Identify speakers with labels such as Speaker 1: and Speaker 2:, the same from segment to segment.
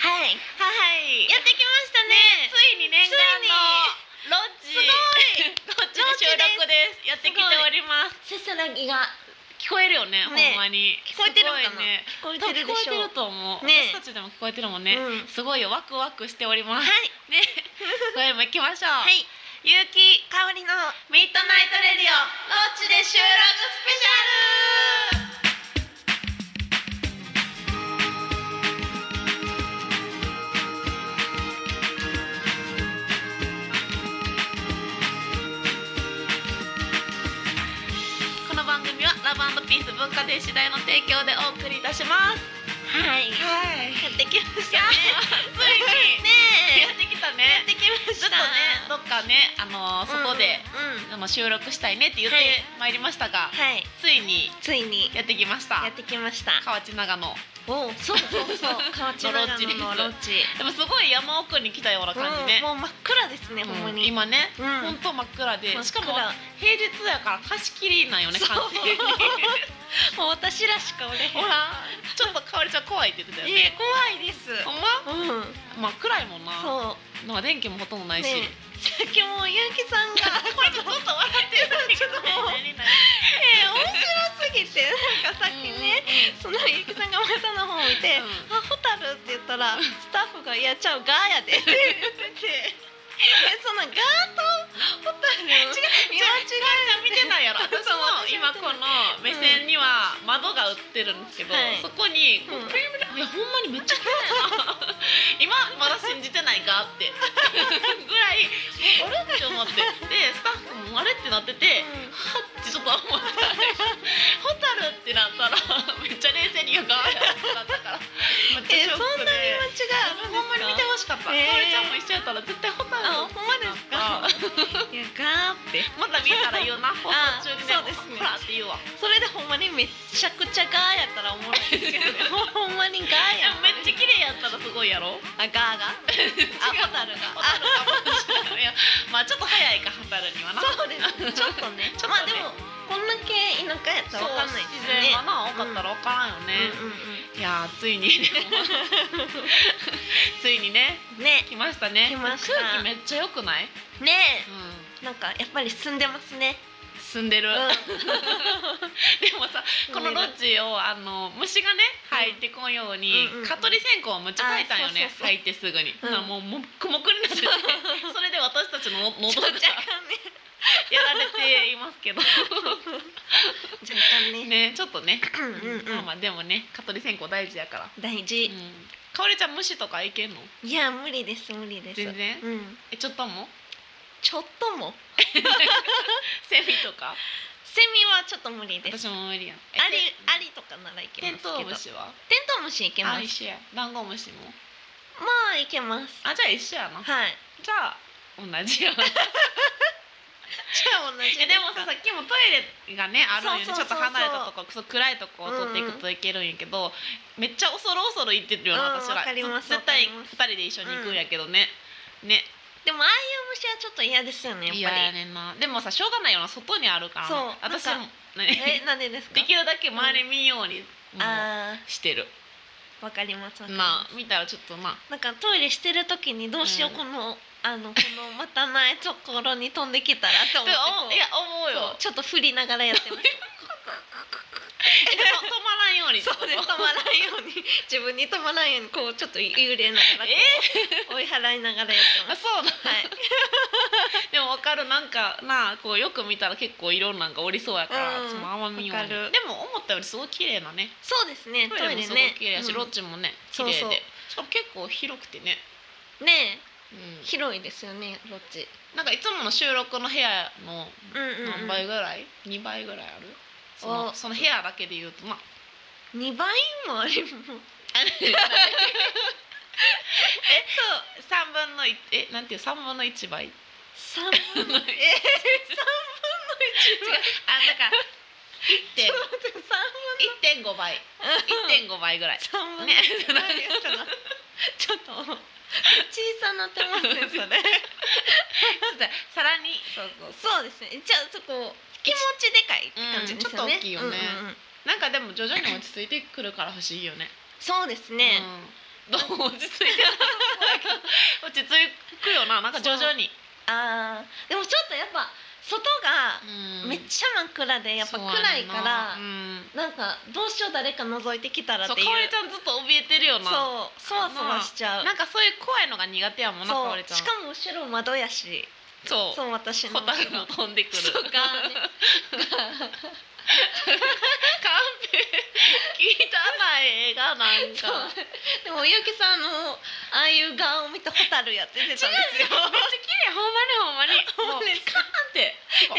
Speaker 1: はい
Speaker 2: はい
Speaker 1: やってきましたね
Speaker 2: ついに念願のロッジ
Speaker 1: すごい
Speaker 2: ロッジの収録ですやってきております
Speaker 1: せせらぎが
Speaker 2: 聞こえるよね
Speaker 1: ね
Speaker 2: ほんまに
Speaker 1: 聞こえてるのかな
Speaker 2: すごい
Speaker 1: 聞こえ
Speaker 2: ね多
Speaker 1: てる
Speaker 2: 分
Speaker 1: で
Speaker 2: 聞こ
Speaker 1: し
Speaker 2: えて
Speaker 1: ょ
Speaker 2: ると思う、
Speaker 1: ね
Speaker 2: 私たちでも聞こえてるもんね、
Speaker 1: うん
Speaker 2: すごいよワクワクしておりま
Speaker 1: は
Speaker 2: す、
Speaker 1: い
Speaker 2: ね これも行きましょう、
Speaker 1: はい
Speaker 2: ゆうき
Speaker 1: 香りの
Speaker 2: ミッドナイトレディオロッチで収録スペシャルこの番組はラブピース文化電子大の提供でお送りいたします
Speaker 1: はいや
Speaker 2: はい
Speaker 1: ってきました
Speaker 2: ついに、
Speaker 1: ねねえ
Speaker 2: やってきた
Speaker 1: やっ
Speaker 2: ね
Speaker 1: てきま
Speaker 2: ず
Speaker 1: し
Speaker 2: っと
Speaker 1: た
Speaker 2: ねどっかねあのー外で、
Speaker 1: うんうんうん
Speaker 2: でも収録したいねって言って
Speaker 1: はい
Speaker 2: まいりましたが、
Speaker 1: はい
Speaker 2: ついに
Speaker 1: ついに
Speaker 2: やってきました
Speaker 1: やってきました
Speaker 2: 河内長野
Speaker 1: おおそうそうそう 河内長野のロッジ
Speaker 2: でもすごい山奥に来たような感じね、
Speaker 1: うんもう真っ暗ですねほんま
Speaker 2: うん
Speaker 1: に
Speaker 2: 今ね、
Speaker 1: うん
Speaker 2: ほんと真っ暗で
Speaker 1: 真っ暗
Speaker 2: しかも平日やから貸し切りなんよね
Speaker 1: そう
Speaker 2: 完全に
Speaker 1: もう私らしかおれへん
Speaker 2: ほら ちょっとかおりちゃん怖いって言ってたよ
Speaker 1: いえ
Speaker 2: ね
Speaker 1: 怖いです
Speaker 2: ほんま
Speaker 1: うん
Speaker 2: 真っ暗いもんな
Speaker 1: そう
Speaker 2: なんか電気もほとんどないし、
Speaker 1: ね さっきもうゆうきさんが
Speaker 2: こ れちょっと笑ってるんだけど
Speaker 1: もうえー面白すぎてなんかさっきね、そのゆうきさんがまたの方を見て「
Speaker 2: う
Speaker 1: あホタル」って言ったらスタッフが「いやちゃうガーやで」って言って てえそのガーとホタル
Speaker 2: 違う違う
Speaker 1: 見間違
Speaker 2: じゃあ見てないやろ私も今この目線には窓が映ってるんですけど、
Speaker 1: はい
Speaker 2: そこにこう
Speaker 1: うん
Speaker 2: プリムリいやほんまにめっちゃ綺麗やな今まだ信じてないかってぐらいもうあれって思ってでスタッフもあれってなってて、
Speaker 1: うん
Speaker 2: はっってちょっと思ったホタルってなったらめっちゃ冷静に言うかなったからめっち
Speaker 1: え
Speaker 2: ゃショ
Speaker 1: そ
Speaker 2: ッ
Speaker 1: ん
Speaker 2: ク
Speaker 1: な
Speaker 2: で
Speaker 1: に間違う
Speaker 2: ほんまに見て
Speaker 1: ほ
Speaker 2: ほしかった、
Speaker 1: えー
Speaker 2: かおりちゃんも一緒やったら絶対ホタル
Speaker 1: あほんまですかいやガーって
Speaker 2: まだ見たら言うな、放
Speaker 1: あ
Speaker 2: 送中に
Speaker 1: そうですね
Speaker 2: ほらって言うわ。
Speaker 1: それでほんまにめっちゃくちゃガーやったらおもろい ですけどねほんまにガー
Speaker 2: い
Speaker 1: や
Speaker 2: や、めっちゃ綺麗やったらすごいやろ。
Speaker 1: ゃあガーが あホタルが
Speaker 2: わかるかもしれないいや、まあちょっと早いか、蛍にはな。
Speaker 1: そうです ちょっとね
Speaker 2: ちょっとね
Speaker 1: まあでもこんだけ田舎やったらわかんないです
Speaker 2: 自
Speaker 1: よ
Speaker 2: 然
Speaker 1: ね
Speaker 2: がな、多かったらわからんよね。
Speaker 1: うんうん
Speaker 2: いやー、ついに、 でもついにね、
Speaker 1: うんね
Speaker 2: 来ましたね。
Speaker 1: 来ました
Speaker 2: 空気めっちゃ良くない。
Speaker 1: ね
Speaker 2: う
Speaker 1: え
Speaker 2: ん。
Speaker 1: なんかやっぱり住んでます ね
Speaker 2: 住んでる、
Speaker 1: うん
Speaker 2: でもさこのロッジをあの虫がね入ってこんように、
Speaker 1: うんうんうん
Speaker 2: 蚊取り線香をむっちゃ焚いたんよね
Speaker 1: あそうそうそう
Speaker 2: 咲いてすぐに、
Speaker 1: うん
Speaker 2: なもうもっくもくになってて それで私たちの喉
Speaker 1: 若
Speaker 2: が
Speaker 1: 干ね
Speaker 2: やられています けど
Speaker 1: 若干ね
Speaker 2: ねちょっとね、
Speaker 1: うんうんうん
Speaker 2: まあまあでもね蚊取り線香大事やから、うん、
Speaker 1: 大事
Speaker 2: かおりちゃん虫とかいけんの
Speaker 1: いや無理です無理です
Speaker 2: 全然
Speaker 1: うん
Speaker 2: えちょっとも
Speaker 1: ちょっとも
Speaker 2: セミとか
Speaker 1: セミはちょっと無理です
Speaker 2: 私も無理やん
Speaker 1: アリア
Speaker 2: り
Speaker 1: リとかならいけ
Speaker 2: テ
Speaker 1: ま
Speaker 2: ン
Speaker 1: すけど
Speaker 2: トウムシは
Speaker 1: テントウムシいけま
Speaker 2: あ
Speaker 1: す
Speaker 2: 一緒やダンゴムシも
Speaker 1: まあいけます
Speaker 2: あじゃあ一緒やな
Speaker 1: はい
Speaker 2: じゃあ同じよ
Speaker 1: じゃあ同じ
Speaker 2: えでもささっきもトイレがねあるんよねち
Speaker 1: そう
Speaker 2: ょ
Speaker 1: そうそうそう
Speaker 2: っと離れたとこそう暗いとこを取っていくといけるんやけど、めっちゃ恐る恐る行ってるよな、
Speaker 1: うん
Speaker 2: 私ら
Speaker 1: わかります
Speaker 2: ず絶対
Speaker 1: わかります
Speaker 2: 2人で一緒に行くんやけどね、ね
Speaker 1: でもああいう虫はちょっと嫌ですよねやっぱり
Speaker 2: 嫌やねんなでもさしょうがないよな外にあるからな
Speaker 1: そう
Speaker 2: 私
Speaker 1: なん
Speaker 2: もね
Speaker 1: えなんでですか
Speaker 2: できるだけ周り見んように、もう
Speaker 1: あ
Speaker 2: してる
Speaker 1: ーわかりますわかりま
Speaker 2: ますあ見たらちょっとな
Speaker 1: なんかトイレしてる時にどうしよう、
Speaker 2: うん
Speaker 1: このあのこのまたないところに飛んできたらって思 ってこう
Speaker 2: いや思う
Speaker 1: そう
Speaker 2: よ
Speaker 1: ちょっと振りながらやってました
Speaker 2: え 止まらんようにってこ
Speaker 1: そ
Speaker 2: と
Speaker 1: うです止まらんよ うに自分に止まらんようにこうちょっと幽霊ながらこう追い払いながらやってま
Speaker 2: あ
Speaker 1: す
Speaker 2: そうな
Speaker 1: はい
Speaker 2: でもわかるなんかなあこうよく見たら結構色なんかおりそうやから、
Speaker 1: うん
Speaker 2: そのあんま見よう
Speaker 1: わ
Speaker 2: に
Speaker 1: か
Speaker 2: で
Speaker 1: る
Speaker 2: も思ったよりすごい綺麗なね
Speaker 1: そうですね
Speaker 2: ト
Speaker 1: ト
Speaker 2: イレ
Speaker 1: イレ
Speaker 2: もすご
Speaker 1: ね
Speaker 2: い綺麗やし、
Speaker 1: うん
Speaker 2: ロッジもね綺
Speaker 1: そう
Speaker 2: 麗
Speaker 1: そう
Speaker 2: でしかも結構広くてね、
Speaker 1: ねえ
Speaker 2: う
Speaker 1: 広いですよねロッジ
Speaker 2: ん、なんかいつもの収録の部屋の
Speaker 1: うん
Speaker 2: 何倍ぐらい、2倍ぐらいあるその
Speaker 1: お
Speaker 2: その部屋だけで言うとまあ
Speaker 1: 2倍もあれも
Speaker 2: えそう3分の1えなんていう3分の1倍
Speaker 1: 三分のえー、三分の
Speaker 2: 違うあだから
Speaker 1: 一。
Speaker 2: 1.5
Speaker 1: 待って三
Speaker 2: 1.5倍
Speaker 1: 分の。
Speaker 2: 1.5倍ぐらい
Speaker 1: 三分の
Speaker 2: ね
Speaker 1: 一。ちょっと小さなってますねそれ。
Speaker 2: さらにそうそう
Speaker 1: そうですね。じゃあそこ気持ちでかいって感じですよね。
Speaker 2: うんちょっと大きいよね
Speaker 1: うんうんうん
Speaker 2: なんかでも徐々に落ち着いてくるから欲しいよね。
Speaker 1: そうですね。
Speaker 2: うんと落ち着い て落ち着くよななんか徐々に
Speaker 1: あーでもちょっとやっぱ外がめっ
Speaker 2: ゃ
Speaker 1: ちゃ真っ暗でやっぱ暗いから
Speaker 2: うん、
Speaker 1: なんかどうしよう誰か覗いてきたらっ
Speaker 2: そう
Speaker 1: ていう
Speaker 2: かおりちゃんずっと怯えてるよな
Speaker 1: そうそわそわしちゃう
Speaker 2: なんかそういう怖いのが苦手やもんなかお
Speaker 1: そ
Speaker 2: り
Speaker 1: う
Speaker 2: ちゃん
Speaker 1: しかも後ろ窓やし
Speaker 2: そう
Speaker 1: そう私の
Speaker 2: ホタルが飛んでくる
Speaker 1: そうか
Speaker 2: カンペ聞いたな映画なん
Speaker 1: そう
Speaker 2: か
Speaker 1: でも結城さんのああいう顔を見てホタルやって出てたんですよ
Speaker 2: めっちゃ綺麗ほんまにほん
Speaker 1: ほんま
Speaker 2: まに
Speaker 1: です
Speaker 2: カー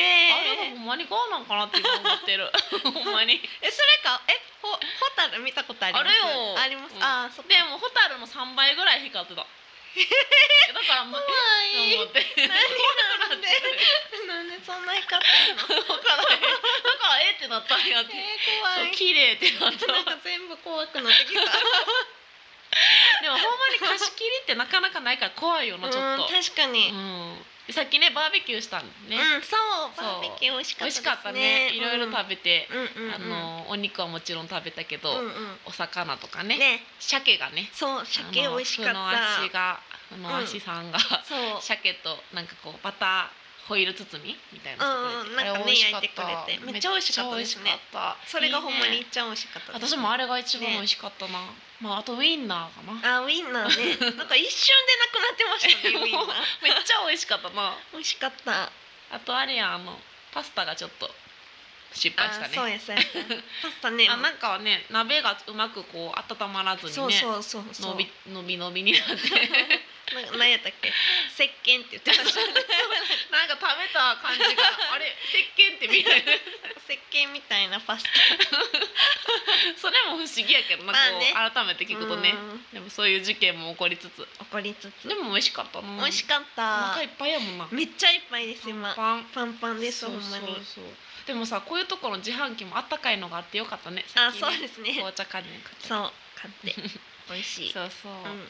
Speaker 1: えー
Speaker 2: ンってあれがほんまにこうなんかなって今思って るほんまに
Speaker 1: えそれかえほホタル見たことあります
Speaker 2: あるよ
Speaker 1: あります、
Speaker 2: うん
Speaker 1: あーそっか
Speaker 2: でもホタルの3倍ぐらい光っ てただからもう
Speaker 1: 怖
Speaker 2: え
Speaker 1: い
Speaker 2: っと思っ
Speaker 1: 何
Speaker 2: て怖くなって
Speaker 1: なんでそんな光ってんの
Speaker 2: 分からへんだからえってなったんやって
Speaker 1: えー、怖
Speaker 2: そう
Speaker 1: い
Speaker 2: 綺麗って なった
Speaker 1: なんか全部怖くなってきた
Speaker 2: でもほんまに貸し切りってなかなかないから怖いよなちょっ
Speaker 1: うん
Speaker 2: と
Speaker 1: 確かに、
Speaker 2: うんでさっきねバーベキューしたんね、
Speaker 1: うんそう
Speaker 2: そう
Speaker 1: バーベキュー美味し
Speaker 2: 美
Speaker 1: かったで
Speaker 2: 味し
Speaker 1: す
Speaker 2: かったね
Speaker 1: ね
Speaker 2: いろいろ食べて、
Speaker 1: うんうんうんうん
Speaker 2: あのお肉はもちろん食べたけど、
Speaker 1: うんうん
Speaker 2: お魚とかね
Speaker 1: ね
Speaker 2: 鮭がね
Speaker 1: そう鮭美味しかっ
Speaker 2: あのふの足
Speaker 1: た
Speaker 2: がふの足さんが、
Speaker 1: そう
Speaker 2: 鮭となんかこうバターホイル包みみたいなのして
Speaker 1: うんうん
Speaker 2: くれて、
Speaker 1: なんかね
Speaker 2: あれ美味しかっ
Speaker 1: 焼いてくれてめっちゃ美味しかったですね
Speaker 2: めっちゃ美味しかった
Speaker 1: それがほんま
Speaker 2: いい
Speaker 1: に
Speaker 2: ね
Speaker 1: 一番美味しかったです
Speaker 2: 私もあれが一番美味しかったな、まああとウインナーかな
Speaker 1: あウインナーね なんか一瞬でなくなってましたねウインナー
Speaker 2: めっちゃ美味しかったな
Speaker 1: 美味しかった
Speaker 2: あとあれやあのパスタがちょっと失敗した
Speaker 1: あそう
Speaker 2: ね
Speaker 1: やそうやそうやパスタね
Speaker 2: あなんかね鍋がうまくこう温まらずにね
Speaker 1: そうそうそうそう
Speaker 2: 伸び伸び伸びになって
Speaker 1: ななんやったっけ石鹸って言ってま したね
Speaker 2: なんか食べた感じ があれ石鹸ってみたいな
Speaker 1: 石鹸みたいなパスタ
Speaker 2: それも不思議やけどなんかこう、
Speaker 1: ま
Speaker 2: 改めて聞くとね
Speaker 1: うん
Speaker 2: でもそういう事件も起こりつつ
Speaker 1: 怒りつつ
Speaker 2: でも美味しかったな
Speaker 1: 美味しかっ
Speaker 2: お
Speaker 1: た
Speaker 2: 腹いっぱいやもんな
Speaker 1: めっちゃいっぱいです今
Speaker 2: パン
Speaker 1: パンパンです
Speaker 2: そう
Speaker 1: ほんまに
Speaker 2: そうそうでもさこういうところの自販機もあったかいのがあってよかったね
Speaker 1: あ
Speaker 2: さ
Speaker 1: そ
Speaker 2: っき
Speaker 1: うで
Speaker 2: ね
Speaker 1: すね
Speaker 2: 紅茶かね
Speaker 1: そう買って 美味しい
Speaker 2: そうそう、
Speaker 1: うんうん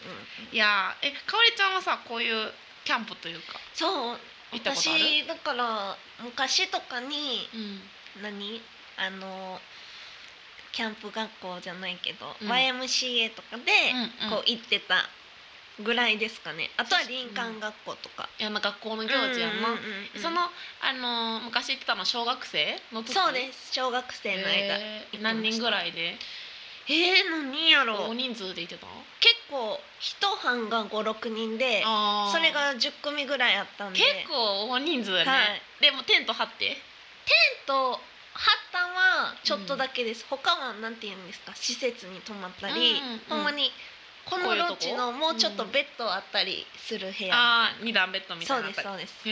Speaker 2: いやーえかおりちゃんはさこういうキャンプというか
Speaker 1: そう
Speaker 2: 行ったことある
Speaker 1: 私だから昔とかに
Speaker 2: うん
Speaker 1: 何あのキャンプ学校じゃないけど、
Speaker 2: うん
Speaker 1: YMCA とかで
Speaker 2: うんうん
Speaker 1: こう行ってたぐらいですかね、あとは林間学校とか、
Speaker 2: いやなんか学校の行事やな、
Speaker 1: うんうんうんうん
Speaker 2: その、あのー昔行ってたの小学生の時
Speaker 1: そうです小学生の間え
Speaker 2: えー何人ぐらいで
Speaker 1: ー、何やろ
Speaker 2: 大
Speaker 1: う
Speaker 2: 人数で行ってたの
Speaker 1: 結構一班が56人で
Speaker 2: あー
Speaker 1: それが10組ぐらいあったんで
Speaker 2: 結構大人数だね、
Speaker 1: はい
Speaker 2: でもテント張って
Speaker 1: とハッタンはちょっとだけです、他はなんて言うんですか施設に泊まったり、
Speaker 2: うんうんうん
Speaker 1: ほんまにこ
Speaker 2: こ
Speaker 1: の
Speaker 2: ういうとこ
Speaker 1: ロッジのもうちょっと
Speaker 2: うん
Speaker 1: ベッドあったりする部屋みたいな
Speaker 2: ああ二段ベッドみた
Speaker 1: そ
Speaker 2: いうな
Speaker 1: です
Speaker 2: う
Speaker 1: そうです
Speaker 2: へ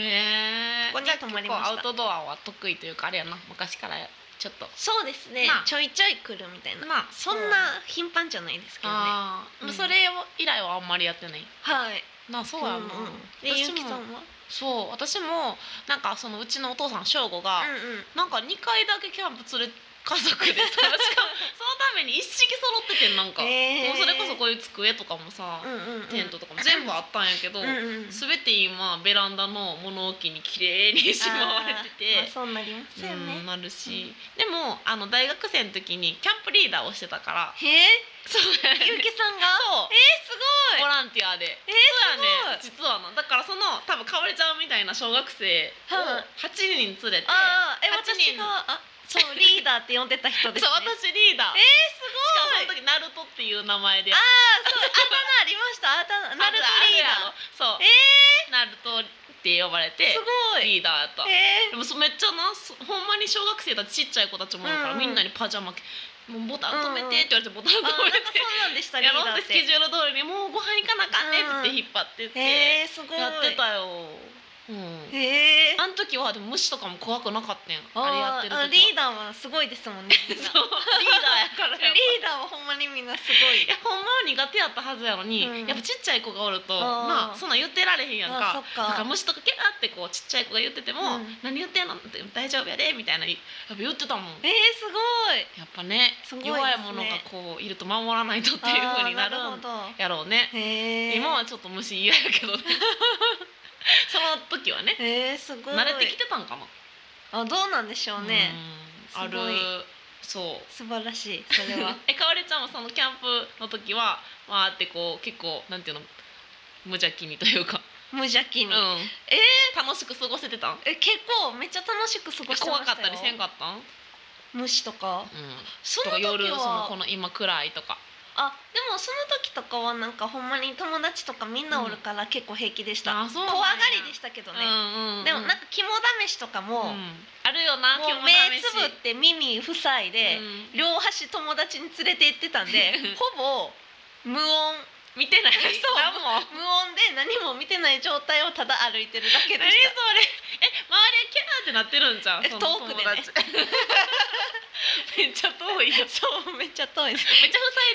Speaker 2: え
Speaker 1: ここに泊まりました
Speaker 2: アウトドアは得意というかあれやな昔からちょっと
Speaker 1: そうですね
Speaker 2: なあ
Speaker 1: ちょいちょい来るみたいな
Speaker 2: まあ
Speaker 1: そんな頻繁じゃないですけどねは
Speaker 2: ああ、
Speaker 1: うん
Speaker 2: それを以来はあんまりやってない
Speaker 1: い
Speaker 2: なあそうやな、
Speaker 1: んんで
Speaker 2: 私
Speaker 1: ゆ
Speaker 2: も
Speaker 1: うきさんは
Speaker 2: そう私もなんかそのうちのお父さん翔吾が、
Speaker 1: うんうん
Speaker 2: なんか2回だけキャンプ連れ家族 でさしかもそのために一式揃っててんなんか、
Speaker 1: へえ
Speaker 2: もうそれこそこういう机とかもさ、
Speaker 1: うんうんうん
Speaker 2: テントとかも全部あったんやけど、
Speaker 1: うんうん
Speaker 2: すべて今ベランダの物置に綺麗にしまわれ
Speaker 1: あーまあ
Speaker 2: てて。
Speaker 1: そうなりますよ
Speaker 2: うん
Speaker 1: ね
Speaker 2: なるし、でもあの大学生の時にキャンプリーダーをしてた から
Speaker 1: へえ
Speaker 2: そうやね
Speaker 1: ゆうきさんが
Speaker 2: そう
Speaker 1: えーすご
Speaker 2: ボ
Speaker 1: い
Speaker 2: ランティアで、
Speaker 1: えー
Speaker 2: そうやね実はなだからその多分かおりちゃんみたいな小学生
Speaker 1: は
Speaker 2: を8人連れて、
Speaker 1: ああえ
Speaker 2: 八
Speaker 1: 私
Speaker 2: 人
Speaker 1: があ そうリーダーって呼んでた人です
Speaker 2: そう
Speaker 1: ね
Speaker 2: 私リーダ
Speaker 1: え
Speaker 2: ー、
Speaker 1: ーすごい
Speaker 2: しかもその時ナルトっていう名前で
Speaker 1: ああ、そう、あだ名ありました。あだ名、ナルトリーダー。
Speaker 2: そう、
Speaker 1: え
Speaker 2: ナルトって呼ばれて
Speaker 1: すごい。
Speaker 2: リーダーやった、
Speaker 1: え
Speaker 2: でもそめっちゃなそほんまに小学生たちちっちゃい子たちもおるから、
Speaker 1: うんうん
Speaker 2: みんなにパジャマ着もうボタン止めてって言われてボタン
Speaker 1: ー、あ、なん
Speaker 2: 止め
Speaker 1: か
Speaker 2: て、
Speaker 1: そうなんでした。リ
Speaker 2: や
Speaker 1: ー
Speaker 2: ろう
Speaker 1: ダ
Speaker 2: っ
Speaker 1: ー
Speaker 2: て
Speaker 1: っ
Speaker 2: スケ
Speaker 1: て。
Speaker 2: ジュール通りにもうご飯行かなあかんねって言って引っ張ってって、
Speaker 1: えー、すごい。
Speaker 2: やって。たよ、うん、
Speaker 1: えー、
Speaker 2: あの時はでも虫とかも怖くなかったんあ
Speaker 1: あ
Speaker 2: れやって
Speaker 1: ーあ
Speaker 2: る
Speaker 1: リ
Speaker 2: 時
Speaker 1: ーダ
Speaker 2: は
Speaker 1: ーはすごいですもんね。みんな
Speaker 2: そうリーダーやから
Speaker 1: リ
Speaker 2: やっぱ
Speaker 1: ーダーはほんまにみんなすごい
Speaker 2: い。やほんまは苦手やったはずやのに、
Speaker 1: うん
Speaker 2: やっぱちっちゃい子がおると
Speaker 1: あー
Speaker 2: まあそんなん言ってられへんやん
Speaker 1: あそっ
Speaker 2: かなん
Speaker 1: か
Speaker 2: か虫とかキャーってこうちっちゃい子が言ってても
Speaker 1: う
Speaker 2: 「
Speaker 1: ん
Speaker 2: 何言ってんの?」って「大丈夫やで」みたいなやっぱ言ってたもん
Speaker 1: えー、すごい。
Speaker 2: やっぱね
Speaker 1: すごいですね
Speaker 2: 弱いものがこういると守らないとっていうふうにな
Speaker 1: あーなる
Speaker 2: る
Speaker 1: ほ
Speaker 2: ん
Speaker 1: ど。
Speaker 2: やろうね、
Speaker 1: えー、
Speaker 2: 今はちょっと虫嫌やけ どねその時はね
Speaker 1: えー、すごい。
Speaker 2: 慣れてきてたんかな
Speaker 1: あ、どうなんでしょうね。
Speaker 2: うんある
Speaker 1: すごい
Speaker 2: そう
Speaker 1: 素晴らしいそれ は
Speaker 2: えかおりちゃんもそのキャンプの時はわーってこう結構なんていうの無邪気にというか、
Speaker 1: 無邪気
Speaker 2: う
Speaker 1: に、
Speaker 2: ん、
Speaker 1: え
Speaker 2: 楽しく過ごせてたん
Speaker 1: え結構めっちゃ楽しく過ごしてま
Speaker 2: 怖
Speaker 1: したよ
Speaker 2: かったりせんかったん、うん、
Speaker 1: 虫とかそ
Speaker 2: と
Speaker 1: の
Speaker 2: か
Speaker 1: 時は
Speaker 2: 夜そのこの今暗いとか
Speaker 1: あでもその時とかはなんかほんまに友達とかみんなおるから結構平気でした、
Speaker 2: あそうなんや
Speaker 1: 怖がりでしたけどね、
Speaker 2: うんうんうん、
Speaker 1: でもなんか肝試しとか
Speaker 2: う
Speaker 1: も、
Speaker 2: んあるよな
Speaker 1: もう目つぶって耳塞いで、
Speaker 2: うん
Speaker 1: 両端友達に連れて行ってたんでほぼ無 音
Speaker 2: 見てない
Speaker 1: そう
Speaker 2: 何も
Speaker 1: 無音で何も見てない状態をただ歩いてるだけで
Speaker 2: 何それ
Speaker 1: し
Speaker 2: え周りはキャーってなってるんじゃん
Speaker 1: え
Speaker 2: その
Speaker 1: 遠くでね
Speaker 2: 友達めっちゃ遠いよめっちゃ
Speaker 1: た そうめっちゃ遠いです
Speaker 2: 塞いで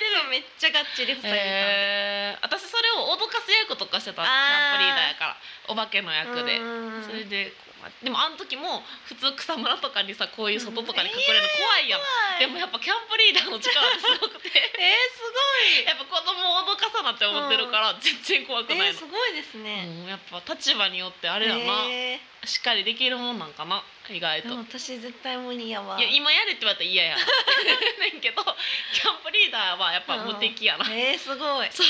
Speaker 2: る
Speaker 1: めっちゃがっちり塞いでたんで、
Speaker 2: えー、私それを脅かす役とかしてたキャ
Speaker 1: あー
Speaker 2: ンプリーダーやからお化けの役で
Speaker 1: うん
Speaker 2: それでこうまでもあの時も普通草むらとかにさこういう外とかに隠れるの怖いやん、
Speaker 1: 怖い
Speaker 2: でもやっぱキャンプリーダーの力ってすごくて
Speaker 1: えー、すごい
Speaker 2: やっぱ子供を脅かさなって思ってるから全然怖くな
Speaker 1: えー、
Speaker 2: い
Speaker 1: す
Speaker 2: の、
Speaker 1: ごいですね、
Speaker 2: うん、やっぱ立場によってあれやな、
Speaker 1: え
Speaker 2: しっかりできるもんなんかな意外
Speaker 1: ーで
Speaker 2: と
Speaker 1: も。私絶対無理やわ
Speaker 2: いや今やれって言われたら嫌 やねんけどキャンプリーダーはやっぱ無 敵やな、
Speaker 1: えー、すごい
Speaker 2: そう